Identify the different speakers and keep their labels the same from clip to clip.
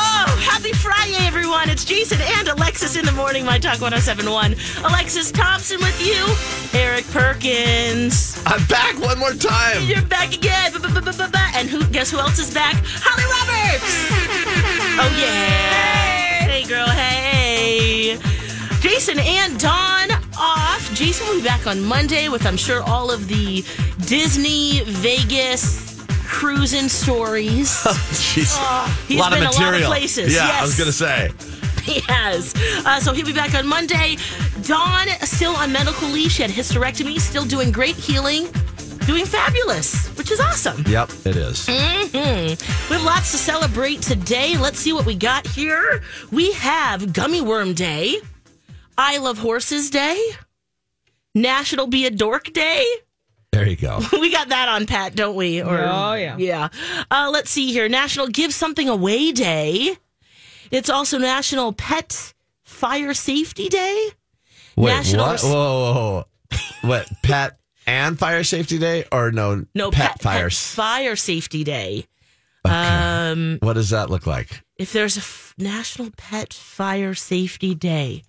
Speaker 1: Oh, happy Friday, everyone. It's Jason and Alexis in the morning, My Talk 1071. Alexis Thompson with you, Eric Perkins.
Speaker 2: I'm back one more time.
Speaker 1: You're back again. Ba-ba-ba-ba-ba. And who guess who else is back? Holly Roberts. Oh, yeah. Hey, girl. Hey. Jason and Dawn off. Jason will be back on Monday with, I'm sure, all of the Disney, Vegas, cruising stories.
Speaker 2: Jeez.
Speaker 1: Oh, He's
Speaker 2: a lot
Speaker 1: been
Speaker 2: of material.
Speaker 1: a lot of places.
Speaker 2: Yeah,
Speaker 1: yes.
Speaker 2: I was gonna say.
Speaker 1: He has. Uh, so he'll be back on Monday. Dawn still on medical leave. She had hysterectomy, still doing great healing, doing fabulous, which is awesome.
Speaker 2: Yep, it is.
Speaker 1: We have lots to celebrate today. Let's see what we got here. We have Gummy Worm Day, I Love Horses Day, National Be a Dork Day.
Speaker 2: There you go.
Speaker 1: We got that on Pat, don't we? Or, oh yeah, yeah. Uh, let's see here. National Give Something Away Day. It's also National Pet Fire Safety Day.
Speaker 2: Wait,
Speaker 1: National
Speaker 2: what?
Speaker 1: Res-
Speaker 2: Whoa, whoa, whoa. what? Pet and fire safety day, or no?
Speaker 1: No,
Speaker 2: pet,
Speaker 1: pet
Speaker 2: fires.
Speaker 1: fire safety day.
Speaker 2: what does that look like?
Speaker 1: If there's a f- National Pet Fire Safety Day,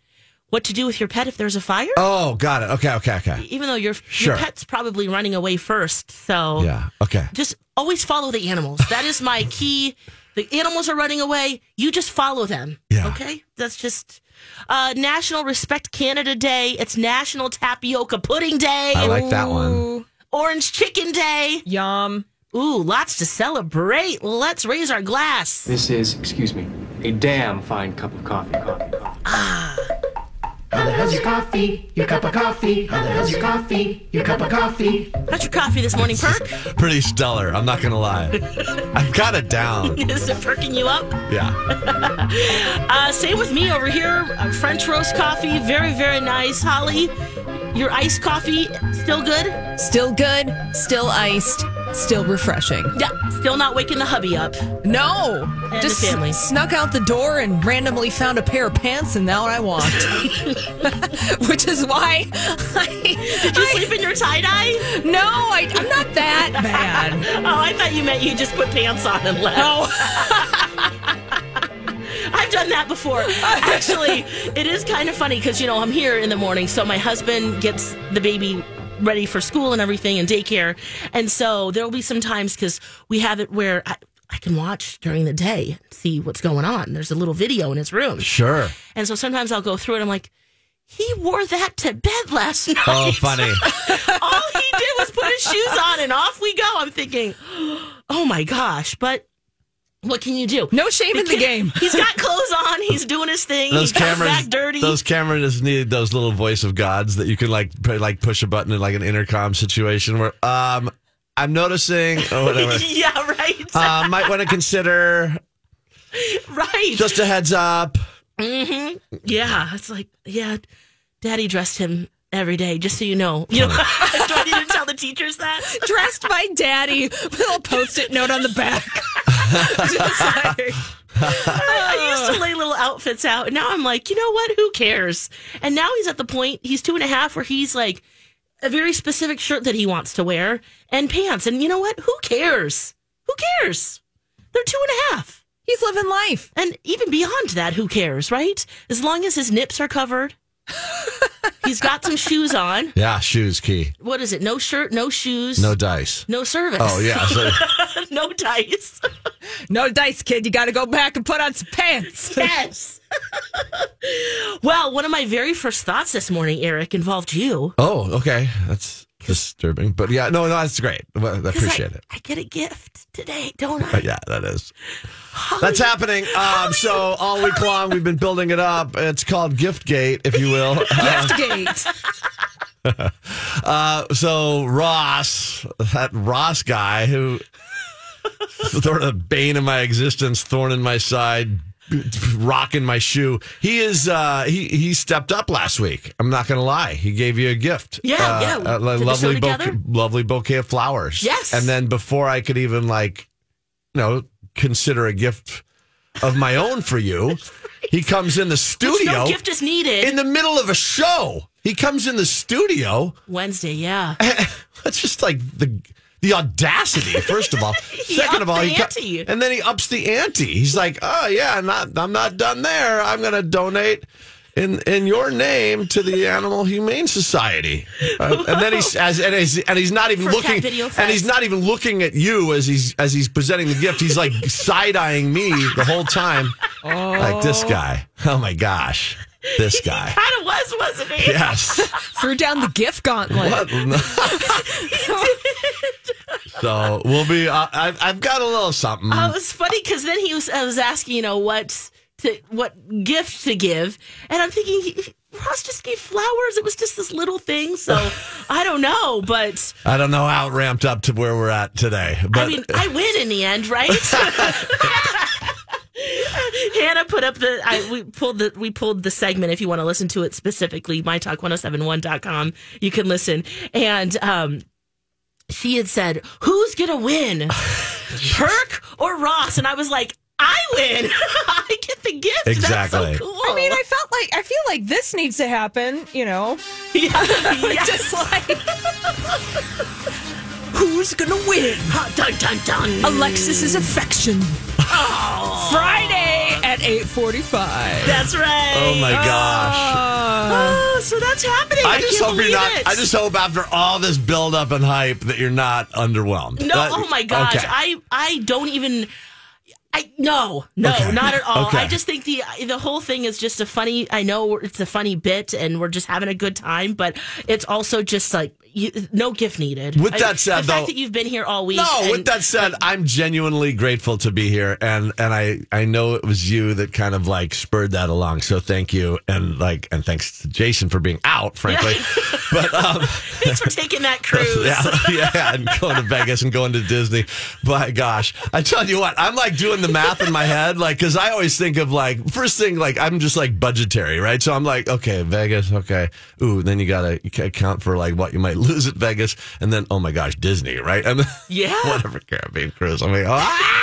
Speaker 1: what to do with your pet if there's a fire?
Speaker 2: Oh, got it. Okay, okay, okay.
Speaker 1: Even though your
Speaker 2: Sure.
Speaker 1: your pet's probably running away first, so
Speaker 2: Yeah. Okay.
Speaker 1: just always follow the animals. That is my key. The animals are running away. You just follow them.
Speaker 2: Yeah.
Speaker 1: Okay. That's just uh, National Respect Canada Day. It's National Tapioca Pudding Day.
Speaker 2: I like that one.
Speaker 1: Ooh. Orange Chicken Day. Yum. Ooh, lots to celebrate. Let's raise our glass.
Speaker 3: This is, excuse me, a damn fine cup of coffee, coffee, coffee.
Speaker 1: How's your coffee this morning, Perk?
Speaker 2: Pretty stellar. I'm not gonna lie. I've got it down.
Speaker 1: Is it perking you up?
Speaker 2: Yeah.
Speaker 1: Uh, same with me over here. Uh, French roast coffee, very, very nice. Holly, your iced coffee, still good?
Speaker 4: Still good, still iced, still refreshing.
Speaker 1: Yeah, still not waking the hubby up.
Speaker 4: No,
Speaker 1: the
Speaker 4: just
Speaker 1: family.
Speaker 4: snuck out the door and randomly found a pair of pants, and now I walked. Which is why I,
Speaker 1: Did you sleep in your tie dye?
Speaker 4: no, I, I'm not that bad.
Speaker 1: Oh, I thought you meant you just put pants on and left.
Speaker 4: Oh,
Speaker 1: I've done that before. Actually, it is kind of funny because, you know, I'm here in the morning, so my husband gets the baby ready for school and everything and daycare. And so there will be some times because we have it where I, I can watch during the day, see what's going on. There's a little video in his room.
Speaker 2: Sure.
Speaker 1: And so sometimes I'll go through it. I'm like, he wore that to bed last night.
Speaker 2: Oh, funny.
Speaker 1: All he did was put his shoes on and off we go. I'm thinking, oh my gosh, but what can you do?
Speaker 4: no shame in the game.
Speaker 1: He's got clothes on. He's doing his thing.
Speaker 2: Those
Speaker 1: he comes
Speaker 2: cameras,
Speaker 1: back dirty.
Speaker 2: those cameras need those little voice of gods that you can like pr- like push a button in like an intercom situation where um I'm noticing or whatever.
Speaker 1: yeah, right.
Speaker 2: uh, might want to consider
Speaker 1: right.
Speaker 2: just a heads up.
Speaker 1: yeah. It's like, yeah, daddy dressed him every day, just so you know. You know do I need to tell the teachers that?
Speaker 4: Dressed by daddy, little post-it note on the back. Just like-
Speaker 1: I, I used to lay little outfits out, and now I'm like, you know what? Who cares? And now he's at the point, he's two and a half, where he's like a very specific shirt that he wants to wear and pants. And you know what? Who cares? Who cares? They're two and a half.
Speaker 4: he's living life.
Speaker 1: And even beyond that, who cares, right? As long as his nips are covered, He's got some shoes on.
Speaker 2: Yeah, shoes key.
Speaker 1: What is it? No shirt, no shoes,
Speaker 2: No dice.
Speaker 1: no service.
Speaker 2: Oh yeah. So,
Speaker 1: no dice.
Speaker 4: No dice, kid. You got to go back and put on some pants.
Speaker 1: Yes. well, one of my very first thoughts this morning, Eric, involved you.
Speaker 2: oh, okay. That's disturbing. But yeah, no, no, that's great. Well, I
Speaker 1: 'Cause I-
Speaker 2: appreciate it.
Speaker 1: I get a gift today, don't I?
Speaker 2: But yeah, that is. That's happening. Um, so all week long we've been building it up. It's called Gift Gate, if you will. Um,
Speaker 4: Gift gate.
Speaker 2: Uh, so Ross, that Ross guy who sort of the bane of my existence, thorn in my side, rock in my shoe. He is uh, he he stepped up last week. I'm not gonna lie. He gave you a gift.
Speaker 1: Yeah,
Speaker 2: Uh,
Speaker 1: yeah.
Speaker 2: A,
Speaker 1: Did the
Speaker 2: lovely
Speaker 1: show
Speaker 2: bouquet,
Speaker 1: together?
Speaker 2: lovely bouquet of flowers.
Speaker 1: Yes.
Speaker 2: And then before I could even like, you know, consider a gift of my own for you, he comes in the
Speaker 1: Which
Speaker 2: studio
Speaker 1: No gift is needed.
Speaker 2: in the middle of a show. He comes in the studio.
Speaker 1: Wednesday, yeah.
Speaker 2: That's just like the the audacity. First of all, second
Speaker 1: upped
Speaker 2: of all,
Speaker 1: the
Speaker 2: co-
Speaker 1: ante.
Speaker 2: and then he ups the ante. He's like, "Oh yeah, I'm not I'm not done there. I'm going to donate in in your name to the Animal Humane Society." Uh, and then he's as and he's, and he's not even
Speaker 1: For Cat
Speaker 2: looking
Speaker 1: Video Fest.
Speaker 2: and he's not even looking at you as he's as he's presenting the gift. He's like side eyeing me the whole time. Like this guy. Oh my gosh, this guy.
Speaker 1: Kind of was, wasn't it?
Speaker 2: Yes.
Speaker 4: Threw down the gift gauntlet.
Speaker 2: so we'll be. Uh, I've, I've got a little something.
Speaker 1: Uh, it was funny because then he was I was asking, you know, what to what gift to give, and I'm thinking he, Ross just gave flowers. It was just this little thing, so I don't know. But
Speaker 2: I don't know how it ramped up to where we're at today, but
Speaker 1: I mean, I win in the end, right? Hannah put up the I we pulled the we pulled the segment if you want to listen to it specifically mytalk1071.com you can listen and um she had said who's going to win Kirk or Ross and I was like I win I get the gift
Speaker 2: Exactly.
Speaker 1: that's so cool
Speaker 4: I mean, I felt like I feel like this needs to happen. You know,
Speaker 1: yeah, yeah.
Speaker 4: just like who's gonna win?
Speaker 1: Ha, dun, dun, dun.
Speaker 4: Alexis's affection. Friday at eight forty-five.
Speaker 1: that's right
Speaker 2: oh my gosh!
Speaker 1: Oh, so that's happening I,
Speaker 2: I just
Speaker 1: can't
Speaker 2: hope you're
Speaker 1: believe
Speaker 2: not.
Speaker 1: it.
Speaker 2: I just hope after all this buildup and hype that you're not underwhelmed.
Speaker 1: No,
Speaker 2: That-
Speaker 1: oh my gosh.
Speaker 2: okay.
Speaker 1: I I don't even I no, no,
Speaker 2: Okay.
Speaker 1: not at all.
Speaker 2: Okay.
Speaker 1: I just think the the whole thing is just a funny I know it's a funny bit and we're just having a good time, but it's also just like you, no gift needed.
Speaker 2: With
Speaker 1: I-
Speaker 2: that said,
Speaker 1: the
Speaker 2: though-
Speaker 1: fact that you've been here all week.
Speaker 2: No,
Speaker 1: and-
Speaker 2: with that said, I'm genuinely grateful to be here, and and I I know it was you that kind of like spurred that along. So thank you, and like and thanks to Jason for being out, frankly. but um,
Speaker 1: thanks for taking that cruise.
Speaker 2: yeah, yeah, and going to Vegas and going to Disney. By gosh, I tell you what, I'm like doing the math in my head, like because I always think of like first thing, like I'm just like budgetary, right? So I'm like, okay, Vegas, okay, ooh, then you gotta account for like what you might lose at Vegas, and then oh my gosh, Disney, right? And then-
Speaker 1: Yeah.
Speaker 2: whatever Caribbean cruise. I'm like,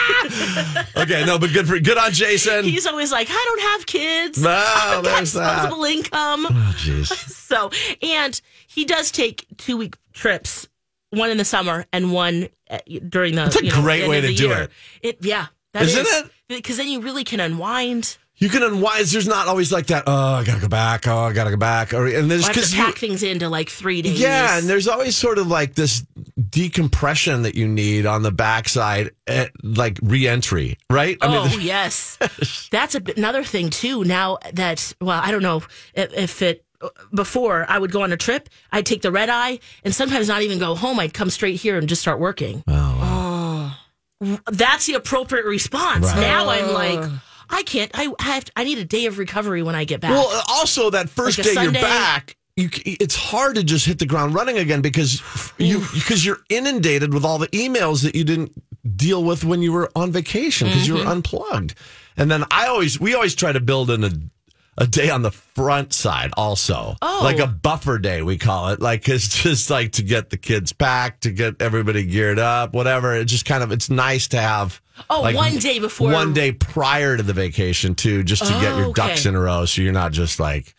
Speaker 2: ah! okay, no, but good for good on Jason.
Speaker 1: He's always like, I don't have kids.
Speaker 2: No,
Speaker 1: I've got
Speaker 2: there's that.
Speaker 1: disposable income.
Speaker 2: oh jeez,
Speaker 1: So, and he does take two week trips, one in the summer and one uh, during the.
Speaker 2: That's a
Speaker 1: you know,
Speaker 2: great
Speaker 1: end
Speaker 2: way
Speaker 1: of
Speaker 2: to
Speaker 1: the
Speaker 2: do
Speaker 1: year.
Speaker 2: it.
Speaker 1: It yeah, that
Speaker 2: Isn't it?
Speaker 1: Because then you really can unwind.
Speaker 2: you can unwise. There's not always like that. Oh, I gotta go back. Oh, I gotta go back. Or and there's
Speaker 1: I have
Speaker 2: because
Speaker 1: to
Speaker 2: you.
Speaker 1: pack things into like three days.
Speaker 2: Yeah, and there's always sort of like this decompression that you need on the backside, at, like reentry, right?
Speaker 1: Oh yes, that's a, bit- another thing too. Now that well, I don't know if, if it before I would go on a trip, I'd take the red eye and sometimes not even go home. I'd come straight here and just start working.
Speaker 2: Oh,
Speaker 1: Oh. that's the appropriate response.
Speaker 2: Right.
Speaker 1: Now I'm like, I can't. I, I have. To, I need a day of recovery when I get back.
Speaker 2: well, uh, also that first
Speaker 1: Like a
Speaker 2: day
Speaker 1: Sunday.
Speaker 2: you're back, you, c- it's hard to just hit the ground running again because you because you're inundated with all the emails that you didn't deal with when you were on vacation because you were
Speaker 1: Mm-hmm.
Speaker 2: unplugged. And then I always we always try to build in a a day on the front side also
Speaker 1: Oh.
Speaker 2: like a buffer day we call it like it's just like to get the kids packed to get everybody geared up whatever it just kind of it's nice to have
Speaker 1: Oh,
Speaker 2: like,
Speaker 1: one day before-
Speaker 2: one day prior to the vacation too just to get your
Speaker 1: Oh,
Speaker 2: ducks
Speaker 1: okay.
Speaker 2: in a row so you're not just like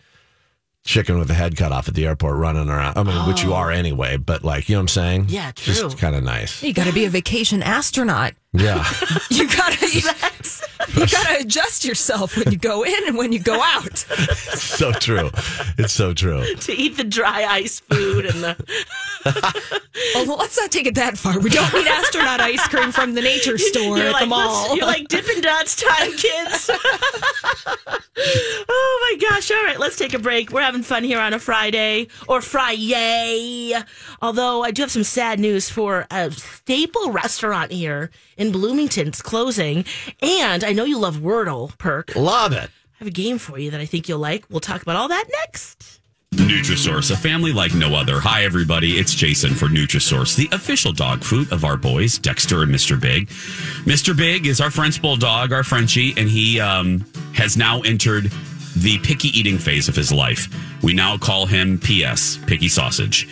Speaker 2: chicken with a head cut off at the airport running around i mean which you are anyway but like you know what i'm saying
Speaker 1: Oh. Yeah, true.
Speaker 2: just kind of nice
Speaker 4: You got to be a vacation astronaut.
Speaker 2: yeah
Speaker 4: You got to. You gotta adjust yourself when you go in and when you go out.
Speaker 2: so true. It's so true.
Speaker 1: to eat the dry ice food and the
Speaker 4: Although let's not take it that far. We don't need astronaut ice cream from the nature store
Speaker 1: You're
Speaker 4: at
Speaker 1: like,
Speaker 4: the
Speaker 1: "Let's-
Speaker 4: mall.
Speaker 1: You're like Dippin' Dots time, kids. oh my gosh! All right, let's take a break. We're having fun here on a Friday or Friday. Although I do have some sad news for a staple restaurant here in Bloomington. It's closing, and I know you love Wordle, Perk. I
Speaker 2: Love it.
Speaker 1: have a game for you that I think you'll like. We'll talk about all that next.
Speaker 5: Nutrisource, a family like no other. Hi, everybody. It's Jason for Nutrisource, the official dog food of our boys, Dexter and Mr. Big. Mr. Big is our French bulldog, our Frenchie, and he um, has now entered the picky eating phase of his life. We now call him PS, picky sausage.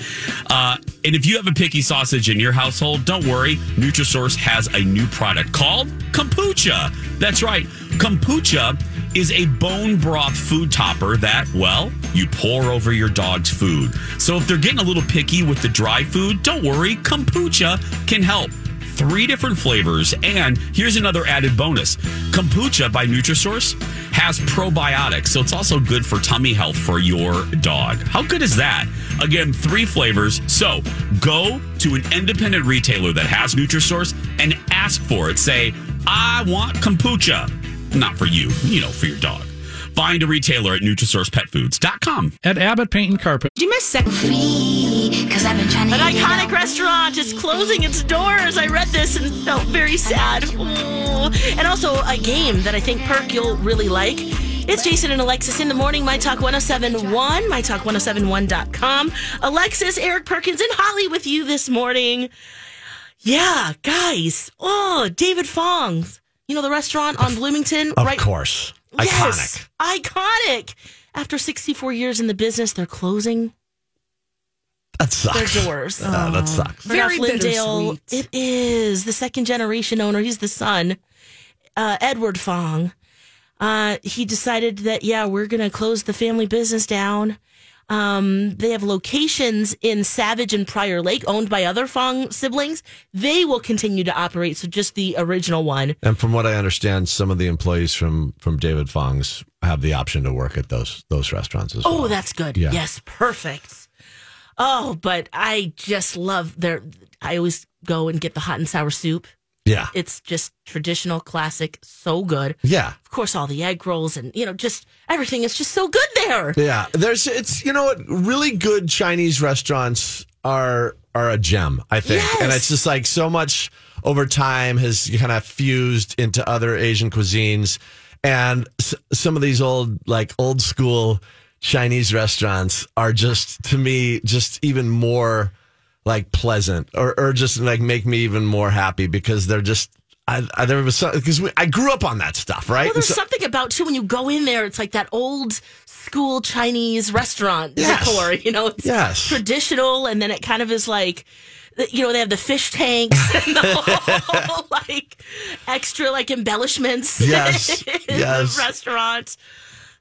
Speaker 5: Uh, and if you have a picky sausage in your household, don't worry. Nutrisource has a new product called kombucha. That's right, kombucha is a bone broth food topper that, well, you pour over your dog's food. So if they're getting a little picky with the dry food, don't worry, kombucha can help. Three different flavors, and here's another added bonus. Kombucha by Nutrisource has probiotics, so it's also good for tummy health for your dog. How good is that? Again, three flavors. So go to an independent retailer that has Nutrisource and ask for it. Say, I want kombucha not for you, you know, for your dog. Find a retailer at NutrisourcePetFoods.com.
Speaker 6: At Abbott Paint and Carpet.
Speaker 1: Did you miss second?
Speaker 7: Because I've been trying to
Speaker 1: An iconic restaurant is closing its doors. I read this and felt very sad. Ooh. And also a game that I think Perk you'll really like. It's Jason and Alexis in the morning, My Talk 1071, MyTalk1071.com. Alexis, Eric Perkins, and Holly with you this morning. Yeah, guys. Oh, David Fong's. You know the restaurant on Bloomington?
Speaker 2: Of
Speaker 1: right
Speaker 2: course. Iconic.
Speaker 1: Yes, iconic. After 64 years in the business, they're closing their
Speaker 2: That sucks.
Speaker 1: doors.
Speaker 2: Oh, that sucks.
Speaker 4: Very
Speaker 1: Ralph Lindale.
Speaker 4: bittersweet.
Speaker 1: It is the second generation owner. He's the son, uh, Edward Fong. Uh, he decided that yeah, we're gonna close the family business down. Um, they have locations in Savage and Prior Lake, owned by other Fong siblings. They will continue to operate. So just the original one.
Speaker 2: And from what I understand, some of the employees from from David Fong's have the option to work at those those restaurants as well.
Speaker 1: Oh, that's good.
Speaker 2: Yeah.
Speaker 1: Yes, perfect. Oh, but I just love their. I always go and get the hot and sour soup.
Speaker 2: yeah,
Speaker 1: It's just traditional, classic, so good.
Speaker 2: yeah.
Speaker 1: of course, all the egg rolls and you know, just everything is just so good there.
Speaker 2: Yeah, there's it's you know what really good Chinese restaurants are are a gem I think, and
Speaker 1: Yes.
Speaker 2: it's just like so much over time has kind of fused into other Asian cuisines, and s- some of these old like old school Chinese restaurants are just to me just even more like pleasant or or just like make me even more happy because they're just. I, I there was because I grew up on that stuff, right?
Speaker 1: Well,
Speaker 2: And
Speaker 1: there's
Speaker 2: so-
Speaker 1: something about too when you go in there, it's like that old school Chinese restaurant
Speaker 2: Yes.
Speaker 1: decor. You know, it's
Speaker 2: Yes.
Speaker 1: traditional, and then it kind of is like, you know, they have the fish tanks and the whole like extra like embellishments.
Speaker 2: Yes.
Speaker 1: in
Speaker 2: Yes.
Speaker 1: the restaurant.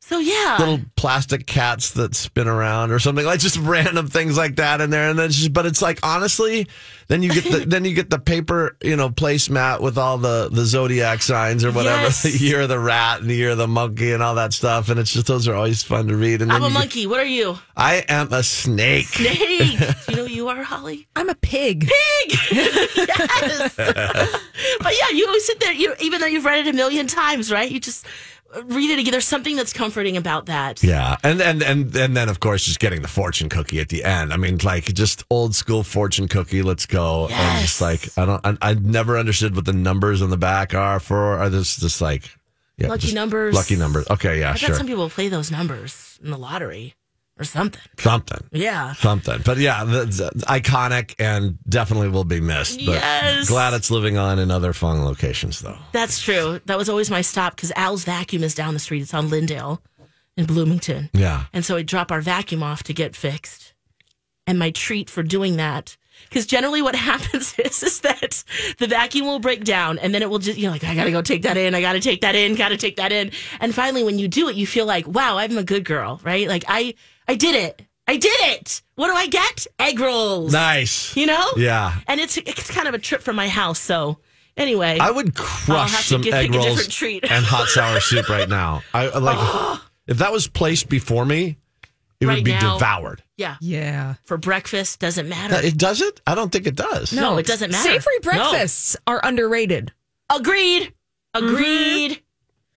Speaker 1: So yeah,
Speaker 2: little plastic cats that spin around or something like just random things like that in there and then it's just but it's like honestly then you get the then you get the paper you know placemat with all the the zodiac signs or whatever
Speaker 1: Yes.
Speaker 2: the year of the rat and the year of the monkey and all that stuff and it's just those are always fun to read and then
Speaker 1: I'm a
Speaker 2: you get-
Speaker 1: monkey. What are you?
Speaker 2: I am a snake
Speaker 1: Snake. Do you know who you are, Holly?
Speaker 4: I'm a pig.
Speaker 1: yes. but yeah, you always sit there. You know, even though you've read it a million times, right? You just read it again. There's something that's comforting about that.
Speaker 2: yeah and and and and then of course just getting the fortune cookie at the end I mean like just old school fortune cookie let's go and
Speaker 1: Yes.
Speaker 2: just like I don't I, I never understood what the numbers on the back are for are this just like yeah,
Speaker 1: Lucky
Speaker 2: just
Speaker 1: numbers.
Speaker 2: Lucky numbers. Okay, yeah,
Speaker 1: I bet
Speaker 2: sure.
Speaker 1: some people play those numbers in the lottery or something.
Speaker 2: something.
Speaker 1: Yeah.
Speaker 2: Something. But yeah, that's uh, iconic and definitely will be missed. But
Speaker 1: Yes.
Speaker 2: Glad it's living on in other fun locations, though.
Speaker 1: That's true. That was always my stop because Al's vacuum is down the street. It's on Lindale in Bloomington.
Speaker 2: Yeah.
Speaker 1: And so I drop our vacuum off to get fixed. And my treat for doing that, because generally what happens is, is that the vacuum will break down and then it will just, you know, like, I gotta go take that in. I gotta take that in. Gotta take that in. And finally, when you do it, you feel like, wow, I'm a good girl, right? Like, I, I did it. I did it. What do I get? Egg rolls.
Speaker 2: Nice.
Speaker 1: You know?
Speaker 2: Yeah.
Speaker 1: And it's, it's kind of a trip from my house. So Anyway,
Speaker 2: I would
Speaker 1: I'll
Speaker 2: crush
Speaker 1: have to
Speaker 2: some
Speaker 1: get-
Speaker 2: egg
Speaker 1: pick a
Speaker 2: rolls
Speaker 1: different treat.
Speaker 2: and hot sour soup right now. I I like if that was placed before me, it
Speaker 1: Right
Speaker 2: would be
Speaker 1: now.
Speaker 2: devoured.
Speaker 1: yeah,
Speaker 4: Yeah.
Speaker 1: for breakfast doesn't matter.
Speaker 2: That- It does it? I don't think it does.
Speaker 1: No, it doesn't matter.
Speaker 4: Savory
Speaker 1: No.
Speaker 4: breakfasts are underrated.
Speaker 1: Agreed. Agreed.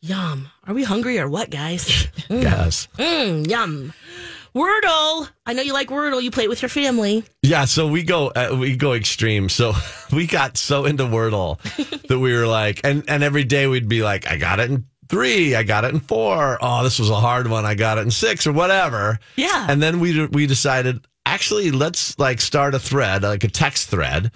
Speaker 1: Yum. Are we hungry or what, guys?
Speaker 2: Yes.
Speaker 1: Mmm, yum. Wordle. I know you like Wordle. You play it with your family.
Speaker 2: Yeah, so we go uh, we go extreme. So we got so into Wordle that we were like, and and every day we'd be like, I got it in three, I got it in four. Oh, this was a hard one. I got it in six or whatever.
Speaker 1: Yeah.
Speaker 2: And then we we decided actually let's like start a thread, like a text thread,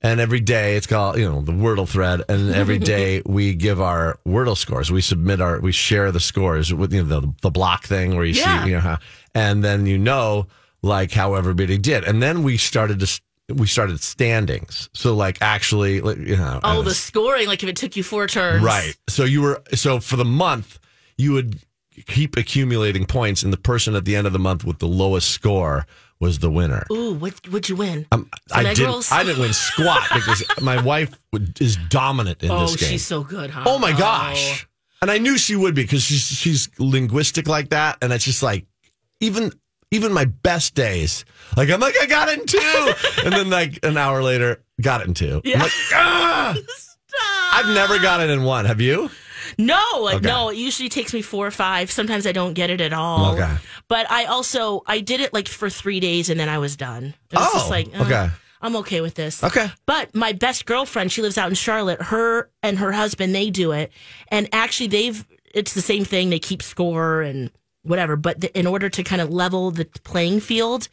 Speaker 2: and every day it's called you know the Wordle thread, and every day we give our Wordle scores. We submit our we share the scores with you know the, the block thing where you
Speaker 1: Yeah.
Speaker 2: see you know how, and then you know like how everybody did, and then we started to. s- We started standings, so like actually, like, you know,
Speaker 1: Oh,
Speaker 2: and
Speaker 1: the scoring, like if it took you four turns.
Speaker 2: Right. So you were so for the month you would keep accumulating points, and the person at the end of the month with the lowest score was the winner.
Speaker 1: Ooh, what would you win?
Speaker 2: Um, I
Speaker 1: egg
Speaker 2: didn't.
Speaker 1: rolls?
Speaker 2: I didn't win squat because my wife would, is dominant in
Speaker 1: oh,
Speaker 2: this game.
Speaker 1: she's so good, huh?
Speaker 2: oh my gosh! And I knew she would be because she's she's linguistic like that, and it's just like even even my best days, like I'm like I got it in two, and then like an hour later, got it in two. I'm
Speaker 1: Yeah.
Speaker 2: like, ah! I've never got it in one. Have you?
Speaker 1: No,
Speaker 2: Okay.
Speaker 1: no. It usually takes me four or five. Sometimes I don't get it at all.
Speaker 2: Okay.
Speaker 1: But I also I did it like for three days and then I was done. It was just
Speaker 2: Oh,
Speaker 1: like uh,
Speaker 2: okay.
Speaker 1: I'm okay with this.
Speaker 2: Okay.
Speaker 1: But my best girlfriend, she lives out in Charlotte. Her and her husband, they do it, and actually they've it's the same thing. They keep score and whatever. But the, in order to kind of level the playing field,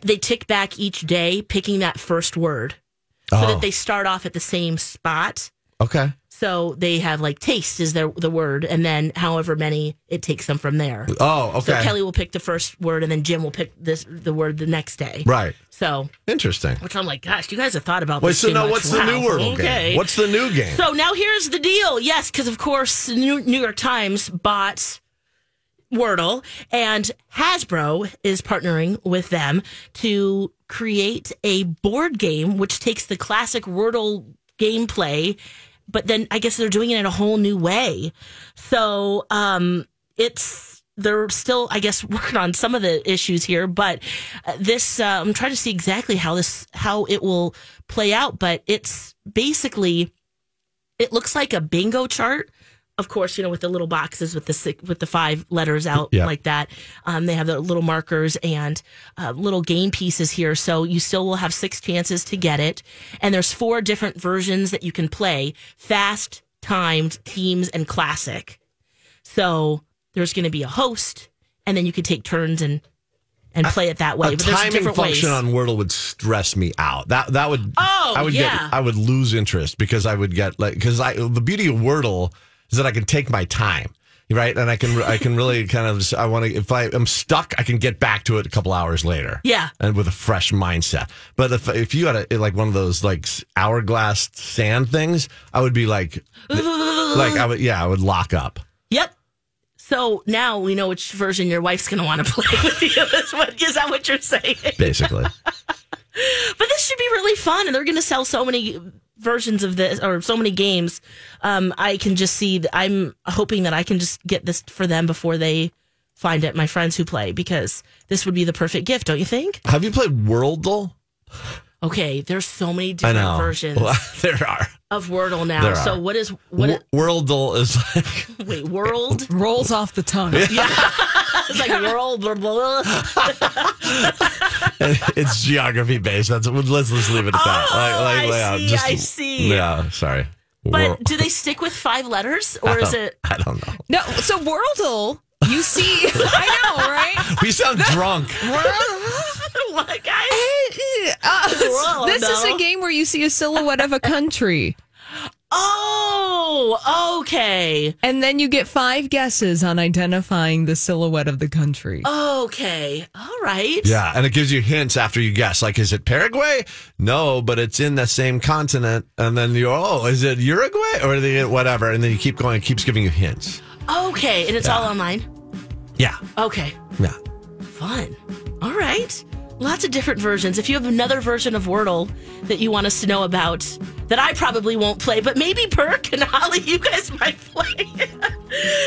Speaker 1: they tick back each day, picking that first word, so
Speaker 2: Oh.
Speaker 1: that they start off at the same spot.
Speaker 2: Okay.
Speaker 1: So they have like taste is their the word, and then however many it takes them from there.
Speaker 2: Oh,
Speaker 1: So
Speaker 2: okay.
Speaker 1: Kelly will pick the first word, and then Jim will pick this the word the next day.
Speaker 2: right.
Speaker 1: So,
Speaker 2: Interesting.
Speaker 1: which I'm like, gosh, you guys have thought about
Speaker 2: Wait,
Speaker 1: this.
Speaker 2: so
Speaker 1: too
Speaker 2: now
Speaker 1: much.
Speaker 2: what's the
Speaker 1: Wow.
Speaker 2: new world
Speaker 1: Okay.
Speaker 2: game? What's the new game?
Speaker 1: so now here's the deal. Yes, because of course, new, new York Times bought Wordle, and Hasbro is partnering with them to create a board game which takes the classic Wordle gameplay, but then I guess they're doing it in a whole new way. So um, it's they're still, I guess, working on some of the issues here, but uh, this uh, I'm trying to see exactly how this how it will play out, but it's basically it looks like a bingo chart. Of course, you know with the little boxes with the six, with the five letters out
Speaker 2: Yeah.
Speaker 1: like that. Um, they have the little markers and uh, little game pieces here, so you still will have six chances to get it. And there's four different versions that you can play: fast, timed, teams, and classic. So there's going to be a host, and then you could take turns and and play it that way.
Speaker 2: a
Speaker 1: but there's
Speaker 2: timing
Speaker 1: different
Speaker 2: function
Speaker 1: ways.
Speaker 2: on Wordle would stress me out. That that would
Speaker 1: Oh,
Speaker 2: I would
Speaker 1: yeah.
Speaker 2: get I would lose interest because I would get like because I the beauty of Wordle is that I can take my time, right? And I can I can really kind of just- I want to if I am stuck I can get back to it a couple hours later.
Speaker 1: Yeah.
Speaker 2: and with a fresh mindset. But if if you had a, like one of those like hourglass sand things, I would be like like I would yeah I would lock up.
Speaker 1: Yep. So now we know which version your wife's going to want to play with you. Is, what, is that what you're saying?
Speaker 2: basically.
Speaker 1: But this should be really fun, and they're going to sell so many versions of this or so many games. Um, I can just see. th- I'm hoping that I can just get this for them before they find it. My friends who play because this would be the perfect gift, don't you think?
Speaker 2: Have you played Worldle?
Speaker 1: Okay, there's so many
Speaker 2: I
Speaker 1: different
Speaker 2: know.
Speaker 1: versions
Speaker 2: Well, there are.
Speaker 1: of Wordle now.
Speaker 2: There are.
Speaker 1: So what is what? is-
Speaker 2: Wor- Worldle is like
Speaker 1: wait, World?
Speaker 4: Rolls off the tongue.
Speaker 1: it's like World. Blah, blah, blah.
Speaker 2: it's geography based. That's let's just leave it at that.
Speaker 1: Oh, I
Speaker 2: yeah,
Speaker 1: see, I see.
Speaker 2: Yeah, sorry. Wor-
Speaker 1: But do they stick with five letters,
Speaker 2: I
Speaker 1: or is
Speaker 2: don't-
Speaker 1: it?
Speaker 2: I don't know.
Speaker 4: No, so Wordle, you see, I know, right?
Speaker 2: We sound drunk.
Speaker 1: what guys?
Speaker 4: Uh,
Speaker 1: Wordle,
Speaker 4: this is
Speaker 1: no.
Speaker 4: a game where you see a silhouette of a country,
Speaker 1: Oh, okay,
Speaker 4: and then you get five guesses on identifying the silhouette of the country.
Speaker 1: okay, all right.
Speaker 2: Yeah, and it gives you hints after you guess. Like, is it Paraguay? No, but it's in the same continent. And then you, oh, is it Uruguay or the, whatever? And then you keep going. It keeps giving you hints.
Speaker 1: Okay, and it's all online.
Speaker 2: Yeah,
Speaker 1: Okay,
Speaker 2: yeah.
Speaker 1: fun. All right. Lots of different versions. If you have another version of Wordle that you want us to know about that I probably won't play, but maybe Perk and Holly, you guys might play.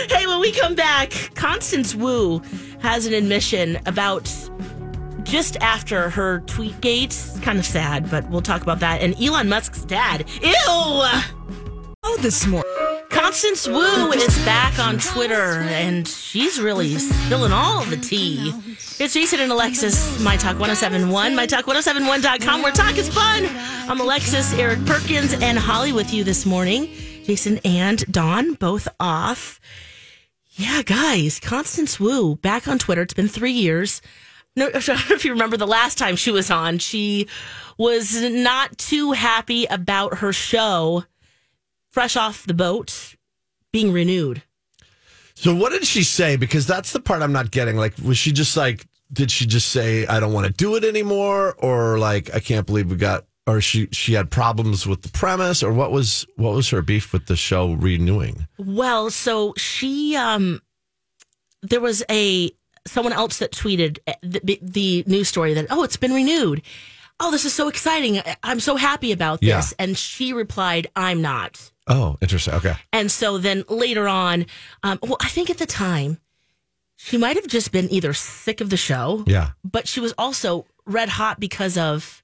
Speaker 1: hey, when we come back, Constance Wu has an admission about just after her tweet gate. Kind of sad, but we'll talk about that. And Elon Musk's dad. Ew!
Speaker 4: Oh, this morning.
Speaker 1: Constance Wu is back on Twitter, and she's really spilling all the tea. It's Jason and Alexis, My Talk 1071, MyTalk1071.com, where talk is fun. I'm Alexis, Eric Perkins, and Holly with you this morning. Jason and Dawn both off. Yeah, guys, Constance Wu back on Twitter. It's been three years. No, I don't know if you remember the last time she was on. She was not too happy about her show, fresh off the boat, being renewed.
Speaker 2: So what did she say? Because that's the part I'm not getting. Like, was she just like, did she just say, I don't want to do it anymore? Or like, I can't believe we got, or she, she had problems with the premise or what was, what was her beef with the show renewing?
Speaker 1: Well, so she, um, there was a someone else that tweeted uh, the, the news story that oh, it's been renewed. Oh, this is so exciting! I- I'm so happy about
Speaker 2: Yeah.
Speaker 1: this. And she replied, "I'm not."
Speaker 2: Oh, interesting. Okay.
Speaker 1: And so then later on, um, well, I think at the time, she might have just been either sick of the show,
Speaker 2: Yeah.
Speaker 1: but she was also red hot because of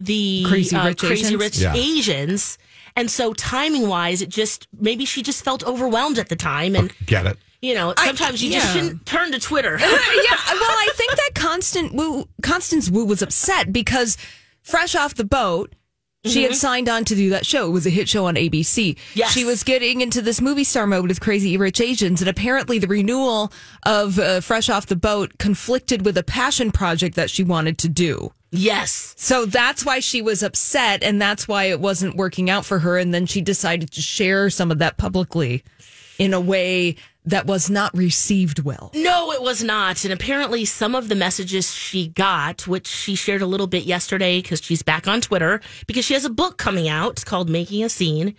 Speaker 1: the uh,
Speaker 4: Crazy Rich
Speaker 1: Crazy
Speaker 4: Asians?
Speaker 1: Rich
Speaker 2: Yeah.
Speaker 1: Asians. And so timing wise, it just maybe she just felt overwhelmed at the time, and
Speaker 2: Get it.
Speaker 1: you know,
Speaker 4: I-
Speaker 1: sometimes you
Speaker 4: yeah.
Speaker 1: just shouldn't turn to Twitter.
Speaker 4: yeah, well, I think that Constant Wu, Constance Wu was upset because fresh off the boat, she had signed on to do that show. It was a hit show on ABC.
Speaker 1: Mm-hmm. Yes.
Speaker 4: She was getting into this movie star mode with Crazy Rich Asians, and apparently the renewal of uh, Fresh Off the Boat conflicted with a passion project that she wanted to do.
Speaker 1: yes,
Speaker 4: So that's why she was upset, and that's why it wasn't working out for her. And then she decided to share some of that publicly in a way that was not received well.
Speaker 1: no, it was not. And apparently, some of the messages she got, which she shared a little bit yesterday because she's back on Twitter, because she has a book coming out called Making a Scene.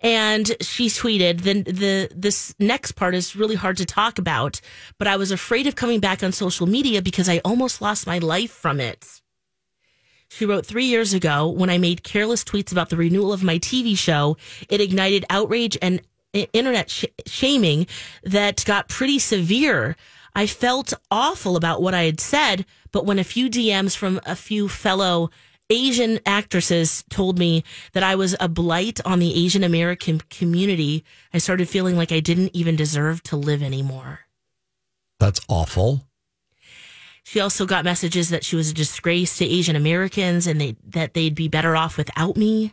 Speaker 1: and she tweeted then the this next part is really hard to talk about but i was afraid of coming back on social media because i almost lost my life from it she wrote three years ago when i made careless tweets about the renewal of my tv show it ignited outrage and i- internet sh- shaming that got pretty severe i felt awful about what i had said but when a few dms from a few fellow Asian actresses told me that I was a blight on the Asian American community. I started feeling like I didn't even deserve to live anymore.
Speaker 2: That's awful.
Speaker 1: She also got messages that she was a disgrace to Asian Americans and they, that they'd be better off without me.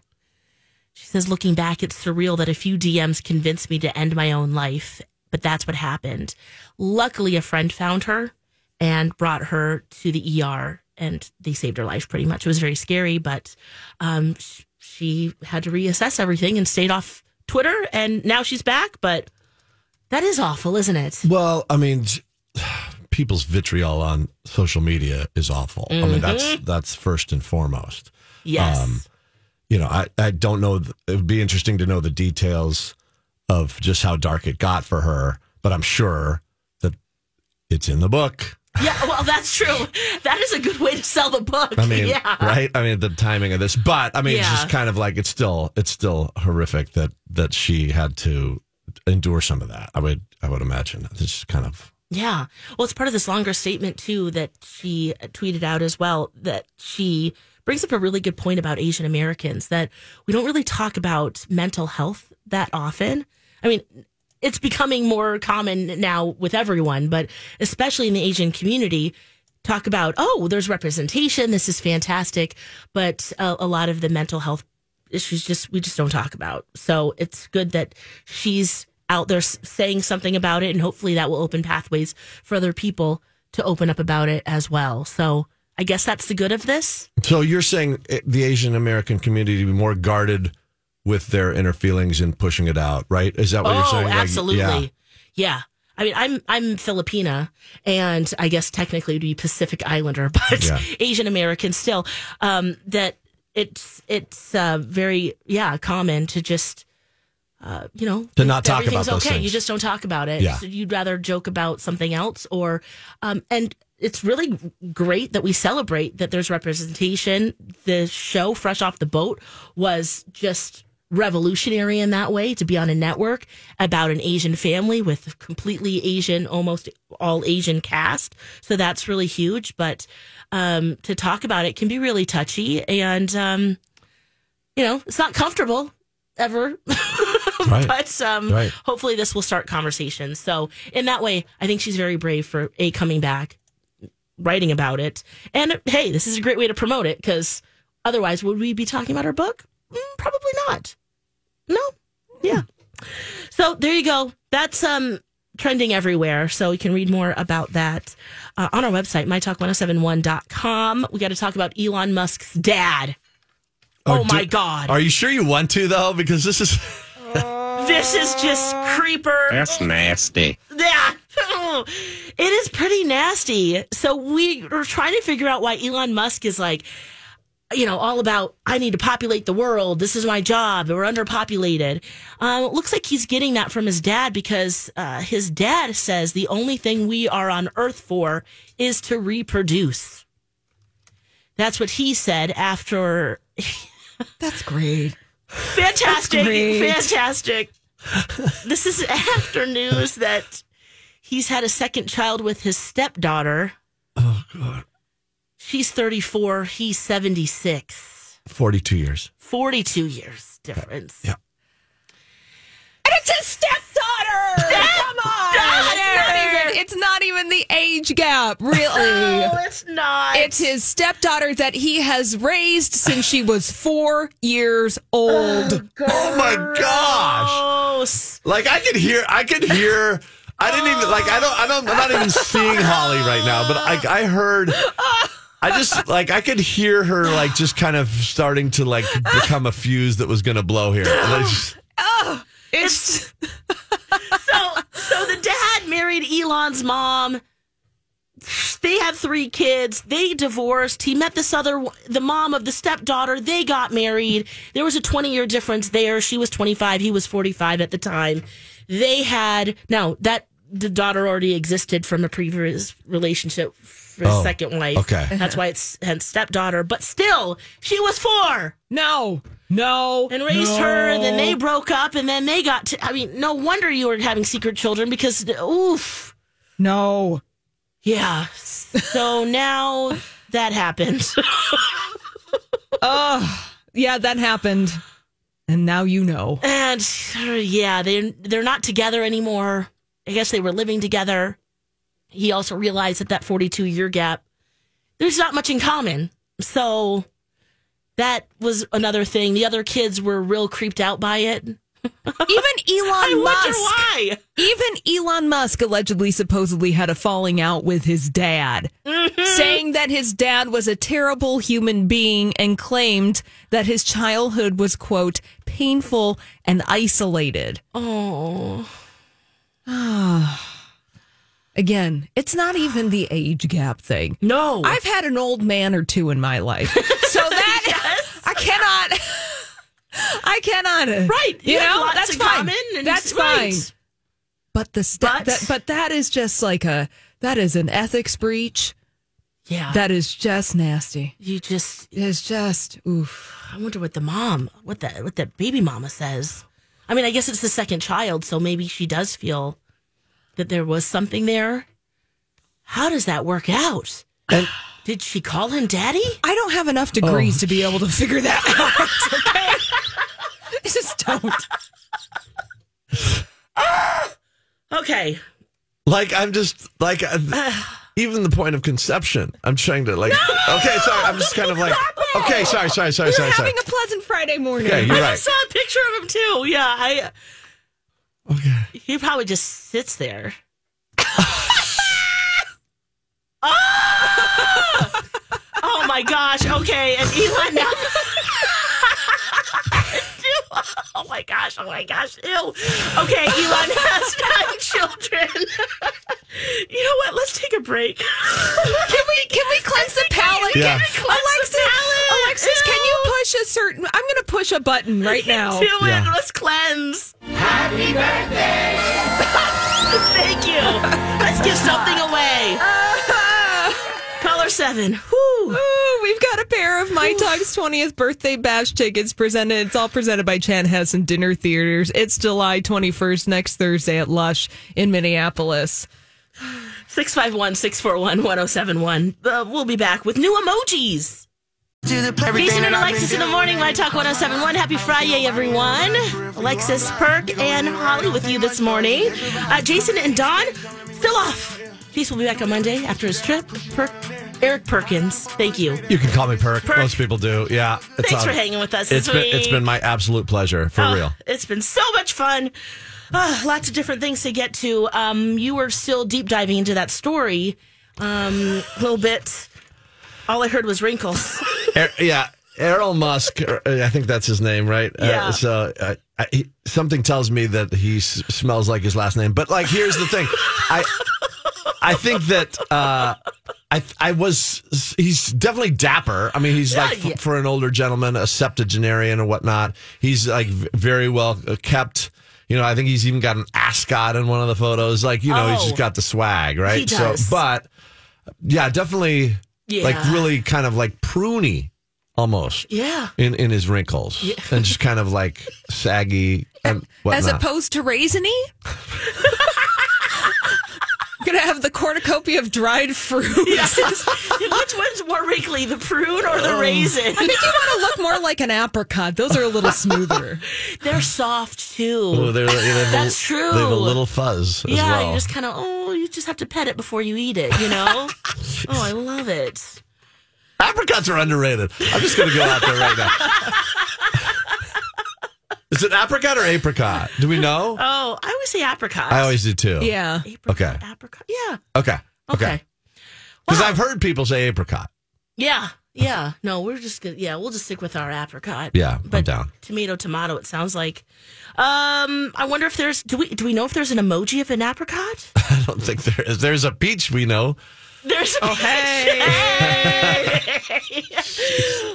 Speaker 1: She says, looking back, it's surreal that a few DMs convinced me to end my own life, but that's what happened. Luckily, a friend found her and brought her to the ER, and they saved her life pretty much. It was very scary, but um, sh- she had to reassess everything and stayed off Twitter, and now she's back, but that is awful, isn't it?
Speaker 2: Well, I mean, t- people's vitriol on social media is awful. I mean, that's that's first and foremost.
Speaker 1: Yes.
Speaker 2: You know, I, I don't know. th- It would be interesting to know the details of just how dark it got for her, but I'm sure that it's in the book.
Speaker 1: Yeah, well, that's true. That is a good way to sell the book.
Speaker 2: I mean,
Speaker 1: yeah.
Speaker 2: right? I mean, the timing of this, but I mean, it's
Speaker 1: Yeah.
Speaker 2: just kind of like it's still it's still horrific that that she had to endure some of that. I would I would imagine it's just kind of
Speaker 1: Yeah. Well, it's part of this longer statement, too, that she tweeted out as well that she brings up a really good point about Asian Americans that we don't really talk about mental health that often. I mean, it's becoming more common now with everyone, but especially in the Asian community, talk about, oh, there's representation. This is fantastic. But a, a lot of the mental health issues just, we just don't talk about. So it's good that she's out there s- saying something about it. And hopefully that will open pathways for other people to open up about it as well. So I guess that's the good of this.
Speaker 2: So you're saying eh, the Asian American community be more guarded with their inner feelings and pushing it out, right? Is that what you're saying? Like,
Speaker 1: Oh, absolutely.
Speaker 2: yeah.
Speaker 1: yeah. I mean, I'm I'm Filipina, and I guess technically it'd be Pacific Islander, but
Speaker 2: Yeah.
Speaker 1: Asian American still. Um, that it's it's uh, very yeah common to just uh, you know
Speaker 2: To not talk
Speaker 1: everything's
Speaker 2: about those
Speaker 1: okay. You
Speaker 2: things.
Speaker 1: just don't talk about it.
Speaker 2: Yeah.
Speaker 1: So you'd rather joke about something else, or um, and it's really great that we celebrate that there's representation. The show Fresh Off the Boat was just revolutionary in that way to be on a network about an Asian family with a completely Asian, almost all Asian cast. So that's really huge. But um, to talk about it can be really touchy and. Um, you know, it's not comfortable ever.
Speaker 2: Right.
Speaker 1: But um,
Speaker 2: Right.
Speaker 1: hopefully, this will start conversations. So, in that way, I think she's very brave for A, coming back, writing about it. And hey, this is a great way to promote it because otherwise, would we be talking about her book? Mm, probably not. No. Yeah. So, there you go. That's um, trending everywhere. So, you can read more about that uh, on our website, mytalk1071.com. We got to talk about Elon Musk's dad.
Speaker 2: Or
Speaker 1: Oh, my
Speaker 2: do-
Speaker 1: God.
Speaker 2: Are you sure you want to though? Because this is
Speaker 1: This is just creeper.
Speaker 8: That's nasty.
Speaker 1: Yeah. It is pretty nasty. So we are trying to figure out why Elon Musk is like, you know, all about I need to populate the world. This is my job. We're underpopulated. Um, it looks like he's getting that from his dad because uh, his dad says the only thing we are on Earth for is to reproduce. That's what he said after. That's great. Fantastic.
Speaker 4: That's great.
Speaker 1: Fantastic. this is after news that he's had a second child with his stepdaughter.
Speaker 2: Oh god.
Speaker 1: She's 34, he's 76.
Speaker 2: 42 years.
Speaker 1: 42 years difference.
Speaker 2: Yeah.
Speaker 4: And it's his stepdaughter. Come on. It's not, even, it's not even the age gap, really.
Speaker 1: No, Oh, it's not.
Speaker 4: It's his stepdaughter that he has raised since she was four years old.
Speaker 2: Oh my gosh.
Speaker 1: Gross.
Speaker 2: Like I could hear I could hear I didn't even like I don't I don't I'm not even seeing Holly right now, but I I heard I just like I could hear her like just kind of starting to like become a fuse that was gonna blow here. And I just-
Speaker 4: It's,
Speaker 1: So, so the dad married Elon's mom. They had three kids. They divorced. He met this other, the mom of the stepdaughter. They got married. There was a 20 year difference there. She was 25. He was 45 at the time. They had, now that the daughter already existed from a previous relationship for his
Speaker 2: Oh,
Speaker 1: second wife.
Speaker 2: okay.
Speaker 1: That's why it's hence stepdaughter. But still, she was four
Speaker 4: no, no.
Speaker 1: and raised her. Then they broke up, and then they got. To, I mean, no wonder you were having secret children because oof,
Speaker 4: No.
Speaker 1: yeah. So now that happened.
Speaker 4: Oh, yeah, that happened. And now you know.
Speaker 1: And uh, yeah, they they're not together anymore. I guess they were living together. He also realized that that 42 year gap, there's not much in common. So that was another thing. The other kids were real creeped out by it.
Speaker 4: Even
Speaker 1: I
Speaker 4: Elon
Speaker 1: wonder
Speaker 4: Musk.
Speaker 1: why.
Speaker 4: Even Elon Musk allegedly supposedly had a falling out with his dad,
Speaker 1: Mm-hmm.
Speaker 4: saying that his dad was a terrible human being and claimed that his childhood was, quote, painful and isolated.
Speaker 1: Oh,
Speaker 4: Again, it's not even the age gap thing.
Speaker 1: no.
Speaker 4: I've had an old man or two in my life. So that I cannot I cannot uh,
Speaker 1: Right.
Speaker 4: You,
Speaker 1: You have
Speaker 4: know,
Speaker 1: lots
Speaker 4: that's
Speaker 1: in
Speaker 4: fine.
Speaker 1: common and-
Speaker 4: that's
Speaker 1: right.
Speaker 4: fine. But the st-
Speaker 1: But-
Speaker 4: that, but that is just like a that is an ethics breach.
Speaker 1: yeah.
Speaker 4: That is just nasty.
Speaker 1: you just
Speaker 4: It's just oof.
Speaker 1: I wonder what the mom, what that, what that baby mama says. I mean, I guess it's the second child, so maybe she does feel that there was something there. How does that work out?
Speaker 2: and
Speaker 1: Did she call him daddy?
Speaker 4: I don't have enough degrees to be able to figure that out. Okay, I just don't.
Speaker 1: Okay.
Speaker 2: Like I'm just like uh, even the point of conception. I'm trying to like. okay, sorry. I'm just kind of like. Okay, sorry, sorry, sorry,
Speaker 4: We're
Speaker 2: sorry, sorry.
Speaker 4: having a pleasant Friday morning.
Speaker 2: Okay, you're
Speaker 1: I
Speaker 2: right.
Speaker 1: just saw a picture of him too. Yeah, I.
Speaker 2: Okay.
Speaker 1: He probably just sits there. oh! oh my gosh. Okay, and Elon now. Oh my gosh, oh my gosh, ew. Okay, Elon has nine children. you know what? Let's take a break.
Speaker 4: Can we can we cleanse the palate?
Speaker 2: Yeah.
Speaker 4: Can we cleanse Alexis, the palate? Alexis, can you push a certain? I'm going to push a button right now.
Speaker 1: Do it.
Speaker 2: Yeah.
Speaker 1: Let's cleanse. Happy birthday. Thank you. Let's give something away. Caller seven. Whew.
Speaker 4: Ooh, Oh, we've got a pair of My Talk's 20th birthday bash tickets presented. It's all presented by Chan Hessen Dinner Theaters. It's July 21st, next Thursday at Lush in Minneapolis.
Speaker 1: 651 641 1071. We'll be back with new emojis. Jason and Alexis in the morning, My Talk 1071. Happy Friday, everyone. Alexis, Perk, and Holly with you this morning. Uh, Jason and Don, still off. Jason will be back on Monday after his trip. Perk, Eric Perkins, thank you.
Speaker 2: You can call me Perk.
Speaker 1: Perk.
Speaker 2: Most people do. Yeah. It's
Speaker 1: Thanks
Speaker 2: on-
Speaker 1: for hanging with us this
Speaker 2: It's been
Speaker 1: week.
Speaker 2: it's been my absolute pleasure for
Speaker 1: Oh,
Speaker 2: real.
Speaker 1: It's been so much fun. Ah, lots of different things to get to. Um, you were still deep diving into that story um, a little bit. All I heard was wrinkles.
Speaker 2: Er- yeah, Errol Musk. er, I think that's his name, right?
Speaker 1: Yeah.
Speaker 2: Uh, so uh, I, he, something tells me that he s- smells like his last name. But like, here's the thing. I I think that uh, I I was he's definitely dapper. I mean, he's like f-
Speaker 1: yeah.
Speaker 2: for an older gentleman, a septuagenarian or whatnot. He's like v- very well uh, kept. You know, I think he's even got an ascot in one of the photos. Like, you know, he's
Speaker 1: Oh.
Speaker 2: just got the swag, right?
Speaker 1: does.
Speaker 2: So, but yeah, definitely like
Speaker 1: Yeah.
Speaker 2: really kind of like pruny almost
Speaker 1: yeah.
Speaker 2: in in his wrinkles and just kind of like saggy and whatnot.
Speaker 4: As opposed to raisiny? I'm going to have the cornucopia of dried fruit.
Speaker 1: Which one's more wrinkly, the prune or the raisin?
Speaker 4: I think you want to look more like an apricot. Those are a little smoother.
Speaker 1: They're soft too.
Speaker 2: Ooh, they're- they have a-
Speaker 1: That's true.
Speaker 2: They have a little fuzz as
Speaker 1: yeah,
Speaker 2: well.
Speaker 1: you just kind of oh, you just have to pet it before you eat it. You know. oh, I love it.
Speaker 2: Apricots are underrated. I'm just going to go out there right now. Is it apricot or apricot? Do we know?
Speaker 1: Oh, I always say apricot.
Speaker 2: I always do too.
Speaker 4: Yeah.
Speaker 1: Apricot,
Speaker 2: Okay.
Speaker 1: Apricot. Yeah.
Speaker 2: Okay.
Speaker 1: Okay.
Speaker 2: Okay. Because
Speaker 1: Wow.
Speaker 2: I've heard people say apricot.
Speaker 1: Yeah, yeah. No, we're just gonna yeah, we'll just stick with our apricot.
Speaker 2: Yeah, I'm
Speaker 1: but
Speaker 2: down.
Speaker 1: Tomato, tomato. It sounds like. Um, I wonder if there's do we do we know if there's an emoji of an apricot?
Speaker 2: I don't think there is. There's a peach we know.
Speaker 1: There's oh hey.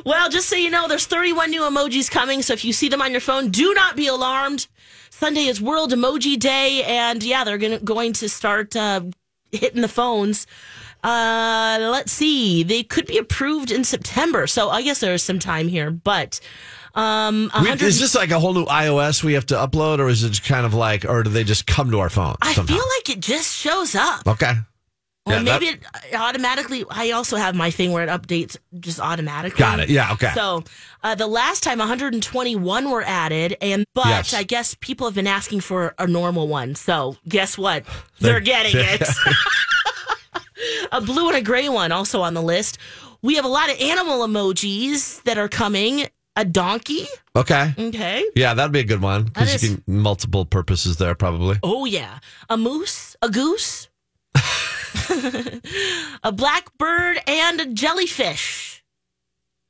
Speaker 1: well, just so you know, there's 31 new emojis coming. So if you see them on your phone, do not be alarmed. Sunday is World Emoji Day, and yeah, they're gonna, going to start uh, hitting the phones. Uh, let's see, they could be approved in September, so I guess there is some time here. But um,
Speaker 2: We,
Speaker 1: 100
Speaker 2: is this like a whole new iOS we have to upload, or is it just kind of like, or do they just come to our phone?
Speaker 1: I
Speaker 2: somehow?
Speaker 1: feel like it just shows up.
Speaker 2: okay.
Speaker 1: Or
Speaker 2: Yeah, that-
Speaker 1: maybe it uh, automatically. I also have my thing where it updates just automatically.
Speaker 2: Got it. Yeah, okay.
Speaker 1: So uh, the last time, 121 were added, and but
Speaker 2: Yes.
Speaker 1: I guess people have been asking for a normal one. So guess what? They're,
Speaker 2: They're-
Speaker 1: getting it. a blue and a gray one also on the list. We have a lot of animal emojis that are coming. A donkey.
Speaker 2: Okay.
Speaker 1: Okay.
Speaker 2: Yeah, that'd be a good one
Speaker 1: That
Speaker 2: because you
Speaker 1: is-
Speaker 2: can multiple purposes there probably.
Speaker 1: Oh yeah, a moose, a goose, a blackbird, and a jellyfish.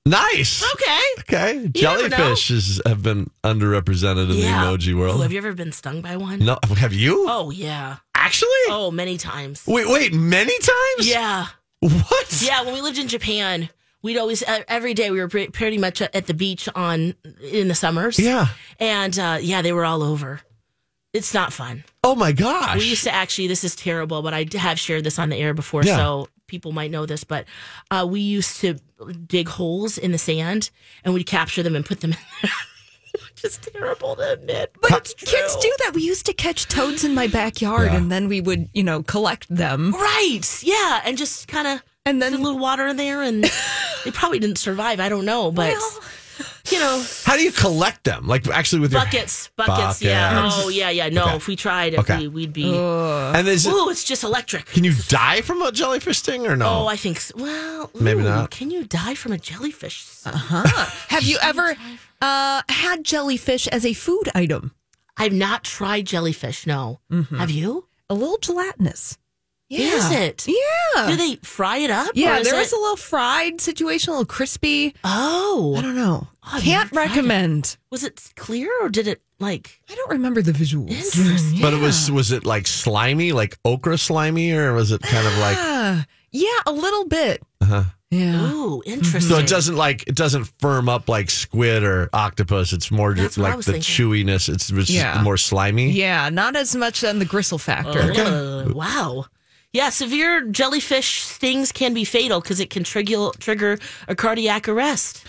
Speaker 2: Nice.
Speaker 1: Okay.
Speaker 2: Okay,
Speaker 1: never know.
Speaker 2: jellyfish is, have been underrepresented in
Speaker 1: Yeah.
Speaker 2: the emoji
Speaker 1: Oh,
Speaker 2: world.
Speaker 1: have you ever been stung by one?
Speaker 2: no, have you
Speaker 1: Oh yeah.
Speaker 2: actually?
Speaker 1: Oh, many times.
Speaker 2: Wait, wait, many times?
Speaker 1: Yeah.
Speaker 2: What?
Speaker 1: Yeah. When we lived in Japan, we'd always e- every day we were pre- pretty much at the beach on in the summers.
Speaker 2: Yeah.
Speaker 1: And uh, yeah, they were all over. It's not fun.
Speaker 2: Oh my gosh.
Speaker 1: We used to actually, this is terrible, but I d- have shared this on the air before,
Speaker 2: Yeah.
Speaker 1: so people might know this, but uh, we used to dig holes in the sand and we'd capture them and put them in there. Which is terrible to admit. But it's true.
Speaker 4: Kids do that. We used to catch toads in my backyard and then we would, you know, collect them.
Speaker 1: Right. Yeah. And just kind of
Speaker 4: And then
Speaker 1: a little water in there, and they probably didn't survive. I don't know, but you know,
Speaker 2: How do you collect them? Like actually with your
Speaker 1: buckets, buckets, yeah.
Speaker 2: Buckets.
Speaker 1: Oh yeah, yeah. No,
Speaker 2: Okay.
Speaker 1: if we tried, it,
Speaker 2: Okay.
Speaker 1: we, we'd be.
Speaker 2: And is it,
Speaker 1: Ooh, it's just electric.
Speaker 2: can you die from a jellyfish sting or no?
Speaker 1: Oh, I think. So. Well,
Speaker 2: Maybe
Speaker 1: ooh,
Speaker 2: not.
Speaker 1: Can you die from a jellyfish?
Speaker 4: have you ever uh, had jellyfish as a food item?
Speaker 1: I've not tried jellyfish. No,
Speaker 2: Mm-hmm.
Speaker 1: have you?
Speaker 4: A little gelatinous.
Speaker 1: Is it?
Speaker 2: Uh.
Speaker 4: Yeah.
Speaker 1: Do they fry it up?
Speaker 4: yeah,
Speaker 1: or is
Speaker 4: there
Speaker 1: it-
Speaker 4: was a little fried situation, a little crispy. I
Speaker 1: Oh,
Speaker 4: don't know.
Speaker 1: I've
Speaker 4: Can't
Speaker 1: never tried it.
Speaker 4: recommend.
Speaker 1: was it clear or did it like?
Speaker 4: I don't remember the visuals.
Speaker 1: Interesting.
Speaker 2: But it was was it like slimy, like okra slimy, or was it kind of like Uh-huh.
Speaker 4: Ah, yeah, a little bit.
Speaker 2: Uh.
Speaker 4: Yeah.
Speaker 2: Mm-hmm.
Speaker 1: Ooh, interesting.
Speaker 2: so it doesn't like it doesn't firm up like squid or octopus. It's more
Speaker 1: That's
Speaker 2: just
Speaker 1: what I
Speaker 2: like
Speaker 1: was
Speaker 2: the
Speaker 1: thinking.
Speaker 2: chewiness. It's, it's
Speaker 4: Yeah.
Speaker 2: more slimy.
Speaker 4: Yeah, not as much on the gristle factor.
Speaker 1: Uh, wow. Yeah, severe jellyfish stings can be fatal because it can trigger trigger a cardiac arrest.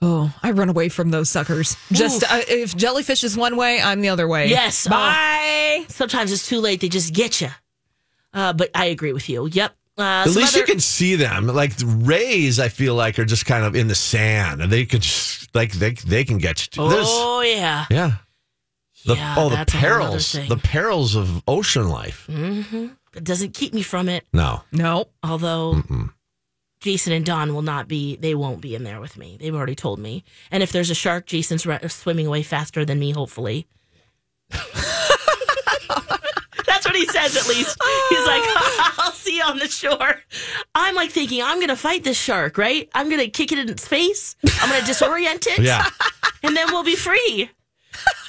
Speaker 4: Oh, I run away from those suckers. Just uh, if jellyfish is one way, I'm the other way.
Speaker 1: Yes.
Speaker 4: Bye.
Speaker 1: Sometimes it's too late; they just get you. Uh, but I agree with you. Yep. Uh,
Speaker 2: At least you can see them. Like the rays, I feel like are just kind of in the sand, and they could just, like they they can get you. too. There's-
Speaker 1: Oh yeah.
Speaker 2: yeah. The,
Speaker 1: Yeah,
Speaker 2: oh, the
Speaker 1: that's a whole other
Speaker 2: perils,
Speaker 1: thing. Mm.
Speaker 2: the perils of ocean life.
Speaker 1: It doesn't keep me from it.
Speaker 2: No,
Speaker 4: No.
Speaker 1: Although Jason and Don will not be, they won't be in there with me. They've already told me. And if there's a shark, Jason's re- swimming away faster than me, hopefully. That's what he says, at least. He's like, I'll see you on the shore. I'm like thinking, I'm going to fight this shark, right? I'm going to kick it in its face. I'm going to disorient it.
Speaker 2: yeah.
Speaker 1: And then we'll be free.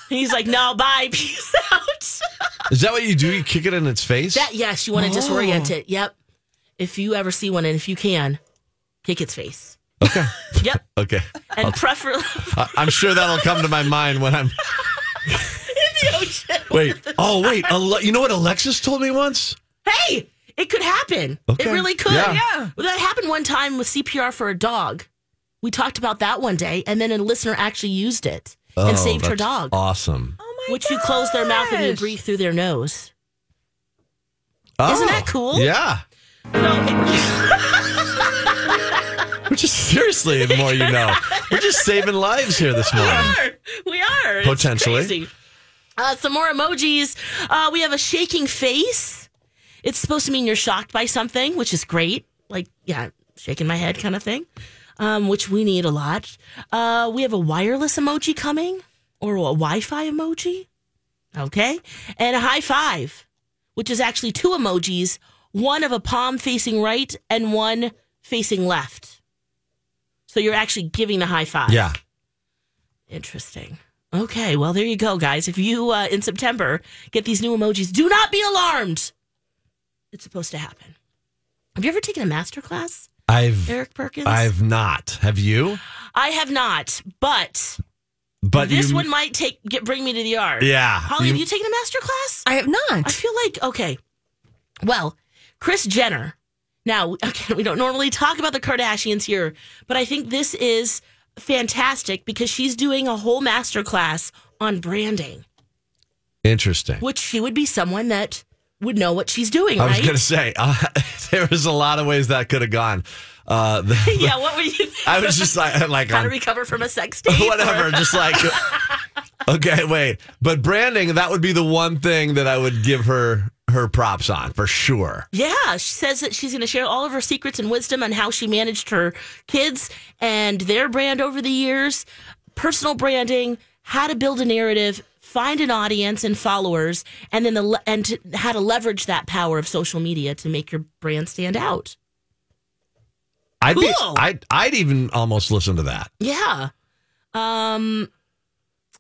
Speaker 1: And he's like, no, bye. Peace out.
Speaker 2: Is that what you do? You kick it in its face?
Speaker 1: That yes, you want to disorient it. Yep. If you ever see one, and if you can, kick its face. Okay. yep.
Speaker 2: okay,
Speaker 1: And prefer in
Speaker 2: I, I'm sure that'll come to my mind when I'm
Speaker 1: the ocean.
Speaker 2: Wait. Oh, wait. Ale- you know what Alexis told me once?
Speaker 1: Hey, it could happen.
Speaker 2: Okay.
Speaker 1: It really could.
Speaker 2: Yeah.
Speaker 1: Well, that happened one time with CPR for a dog. We talked about that one day, and then a listener actually used it and
Speaker 2: Oh,
Speaker 1: saved her
Speaker 2: that's
Speaker 1: dog.
Speaker 2: Awesome.
Speaker 1: Which you close their mouth and you breathe through their nose. Um, Isn't that cool?
Speaker 2: Oh, Yeah. We're just seriously, the more you know. We're just saving lives here this morning.
Speaker 1: We are. It's
Speaker 2: Potentially.
Speaker 1: crazy. Uh, some more emojis. Uh, we have a shaking face. It's supposed to mean you're shocked by something, which is great. Like, yeah, shaking my head kind of thing, um, which we need a lot. Uh, we have a wireless emoji coming or a Wi Fi emoji. Okay. And a high five, which is actually two emojis one of a palm facing right and one facing left. So you're actually giving the high five.
Speaker 2: Yeah.
Speaker 1: Interesting. Okay, well there you go, guys. If you uh, in September get these new emojis, do not be alarmed. It's supposed to happen. Have you ever taken a master class,
Speaker 2: I've
Speaker 1: Eric Perkins?
Speaker 2: I've not. Have you?
Speaker 1: I have not, but,
Speaker 2: But
Speaker 1: this
Speaker 2: you,
Speaker 1: one might take get bring me to the yard.
Speaker 2: Yeah.
Speaker 1: Holly,
Speaker 2: You-
Speaker 1: have you taken a master class?
Speaker 4: I have
Speaker 1: I
Speaker 4: not.
Speaker 1: feel like okay. Well, Chris Jenner. Now, again, we don't normally talk about the Kardashians here, but I think this is fantastic because she's doing a whole master class on branding.
Speaker 2: interesting.
Speaker 1: which she would be someone that would know what she's doing,
Speaker 2: I was
Speaker 1: right?
Speaker 2: gonna say uh, there was a lot of ways that could have gone. Uh, the-
Speaker 1: yeah, what were you?
Speaker 2: I was just like, like
Speaker 1: how to
Speaker 2: on-
Speaker 1: recover from a sex date? or-
Speaker 2: whatever. Just like, okay, wait. But branding, that would be the one thing that I would give her her props on for sure.
Speaker 1: Yeah, she says that she's going to share all of her secrets and wisdom on how she managed her kids and their brand over the years, personal branding, how to build a narrative, find an audience and followers, and then the le- and to, how to leverage that power of social media to make your brand stand out.
Speaker 2: I'd be,
Speaker 1: Cool.
Speaker 2: I'd, I'd even almost listen to that.
Speaker 1: Yeah. Um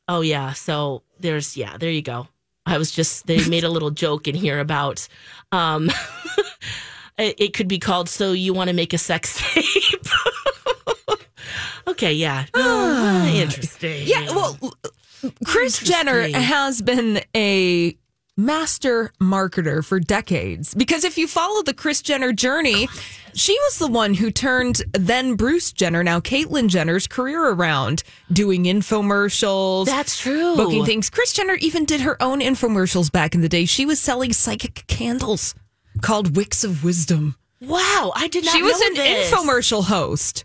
Speaker 1: Oh yeah, so there's yeah, there you go. I was just they made a little joke in here about um it, it could be called so you want to make a sex tape. okay, yeah. No, interesting.
Speaker 4: Yeah, well, Chris Jenner
Speaker 1: Interesting.
Speaker 4: has been a master marketer for decades because if you follow the Chris Jenner journey, she was the one who turned then Bruce Jenner, now Caitlyn Jenner's career around doing infomercials.
Speaker 1: that's true.
Speaker 4: Booking things. Chris Jenner even did her own infomercials back in the day. She was selling psychic candles called Wicks of Wisdom.
Speaker 1: Wow, I did not.
Speaker 4: She was
Speaker 1: know
Speaker 4: an
Speaker 1: this.
Speaker 4: infomercial host.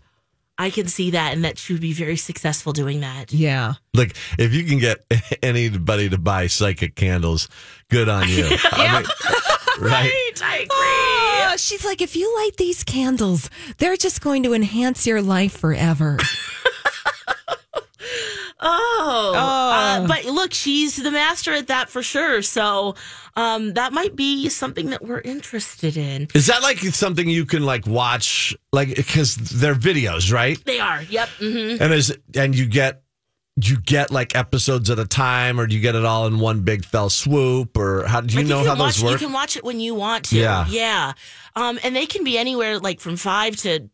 Speaker 1: I can see that, and that she would be very successful doing that.
Speaker 4: Yeah.
Speaker 2: Look, if you can get anybody to buy psychic candles, good on you. I mean, right?
Speaker 1: I agree.
Speaker 4: Oh, she's like, if you light these candles, they're just going to enhance your life forever.
Speaker 1: Oh, Uh, but look, she's the master at that for sure. So um, that might be something that we're interested in.
Speaker 2: Is that like something you can like watch, like because they're videos, right?
Speaker 1: They are. Yep. hmm
Speaker 2: And is and you get you get like episodes at a time, or do you get it all in one big fell swoop, or how do you know
Speaker 1: you
Speaker 2: how
Speaker 1: can watch,
Speaker 2: those work?
Speaker 1: You can watch it when you want to.
Speaker 2: Yeah.
Speaker 1: Yeah. Um, and they can be anywhere like from five to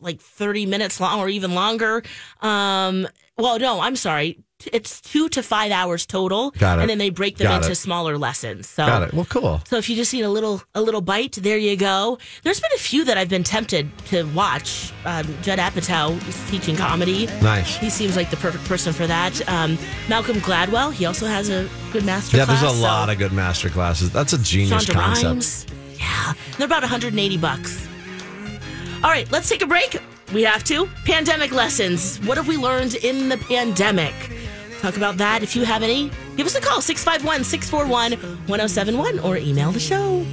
Speaker 1: like 30 minutes long or even longer. Um, well, no, I'm sorry. It's two to five hours total.
Speaker 2: Got it.
Speaker 1: And then they break them
Speaker 2: Got
Speaker 1: into
Speaker 2: it.
Speaker 1: smaller lessons. So
Speaker 2: Got it. Well, cool.
Speaker 1: So if you just need a little a little bite, there you go. There's been a few that I've been tempted to watch. Um, Judd Apatow is teaching comedy.
Speaker 2: Nice.
Speaker 1: He seems like the perfect person for that. Um, Malcolm Gladwell, he also has a good master
Speaker 2: Yeah,
Speaker 1: class.
Speaker 2: there's a lot of good master classes. That's a genius
Speaker 1: Shonda
Speaker 2: concept.
Speaker 1: Rhimes. Yeah, they're about 180 bucks. All right, let's take a break. We have to. Pandemic lessons. What have we learned in the pandemic? Talk about oh that. If you have any, give us a call 651 641 1071 or email the show.